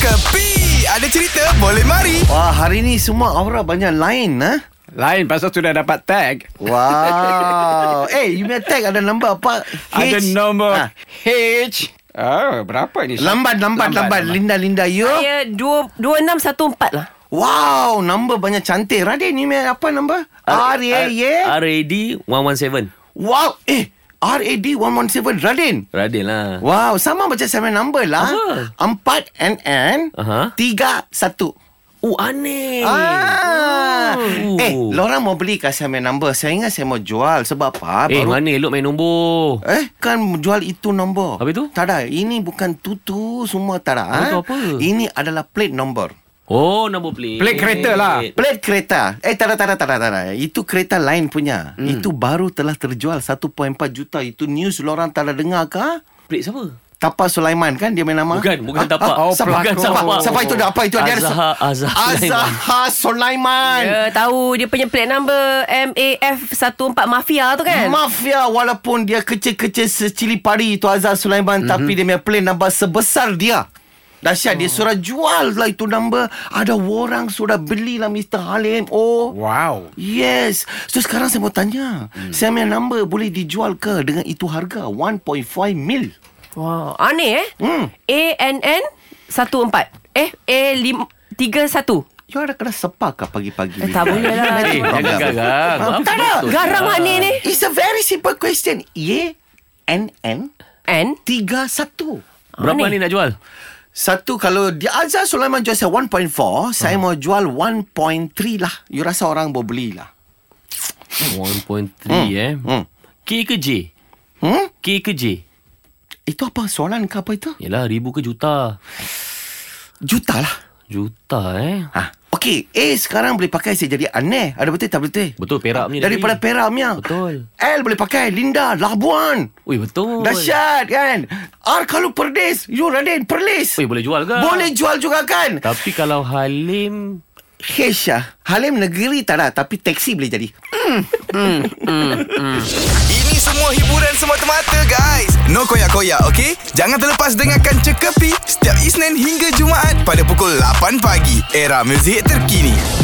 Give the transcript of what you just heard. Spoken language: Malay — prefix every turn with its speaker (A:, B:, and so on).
A: Kepi Ada cerita boleh mari
B: Wah, hari ni semua aura banyak lain, ha?
C: Lain pasal tu dah dapat tag.
B: Wow. eh, you punya tag ada nombor apa? H.
C: Ada nombor
B: Ha.
C: H. Oh, berapa ni?
B: Lambat, lambat, lambat. Linda, Linda, you.
D: Saya dua- 2614 lah.
B: Wow, nombor banyak cantik. Radin, you punya apa nombor? R, A, Y.
E: RAD 117
B: Wow, eh. RAD 117 Radin.
E: Radin lah
B: Wow, sama macam sama number lah. Empat NN,
E: Aha.
B: tiga satu.
E: Oh aneh
B: Ah.
E: Oh.
B: Eh, lorang mau beli kat saya number. Saya ingat saya mau jual sebab apa?
E: Eh
B: Baru
E: mana elok main nombor
B: Eh, kan jual itu nombor.
E: Habis tu?
B: Tak ada. Ini bukan tutu semua tak ada. ah.
E: Habis tu apa?
B: Ini adalah plate nombor.
E: Oh nombor plate
C: Plate kereta lah.
B: Plate kereta. Eh, tak ada, tak ada, tak ada, tak ada. Itu kereta lain punya. Hmm. Itu baru telah terjual 1.4 juta. Itu news lorang tak ada dengar ke?
E: Plate siapa?
B: Tapa Sulaiman kan dia main nama?
E: Bukan, bukan Tapa.
B: Ah,
E: Oh,
B: siapa?
E: pelakon.
B: Siapa? Siapa itu dah apa itu? Dia ada-
E: Azhar- Azhar Sulaiman.
B: Azhar Sulaiman.
D: Ya, tahu dia punya plate number MAF14 Mafia tu kan?
B: Mafia walaupun dia kecil-kecil secili pari itu Azhar
D: Mhm.
B: Sulaiman mm-hmm. tapi dia punya plan number sebesar dia. Dahsyat oh. dia sudah jual lah itu number. Ada orang sudah beli lah Mr. Halim. Oh.
C: Wow.
B: Yes. So sekarang saya mau tanya. Hmm. Saya punya number boleh dijual ke dengan itu harga 1.5 mil?
D: Wah, aneh eh.
B: Hmm.
D: ANN 14. Eh, A31.
B: You Ya, ada kena sepak ke pagi-pagi?
D: Eh, tak boleh lah.
B: That's the
E: Eh jangan
B: problem.
E: garang
B: Tak ada.
D: Garang lah ni ni.
B: It's a very simple question. Y, N, N,
D: N.
B: 31.
E: Berapa ni nak jual?
B: Satu kalau di Azhar Sulaiman jual saya 1.4 Saya
E: Hmm.
B: mau jual 1.3 lah You rasa orang boleh beli lah
E: 1.3 eh
B: hmm.
E: K ke J?
B: Hmm?
E: K ke J?
B: Itu apa? Soalan ke apa itu?
E: Yelah ribu ke juta?
B: Juta lah
E: Juta eh
B: ha. Okay A sekarang boleh pakai saya jadi aneh Ada betul tak betul?
E: Betul perak punya
B: Daripada
E: tadi.
B: peramnya
E: Betul.
B: L boleh pakai Linda Labuan
E: Ui betul
B: Dahsyat kan R kalau perdis You Radin perlis
E: Ui boleh jual ke?
B: Boleh jual juga kan
E: Tapi kalau Halim
B: Hesh lah Halim negeri tak ada Tapi teksi boleh jadi
A: Ini semua hiburan semata-mata guys No koyak-koyak ok Jangan terlepas dengarkan Cekapi Setiap Isnin hingga Jumaat Pada pukul 8 pagi Era muzik terkini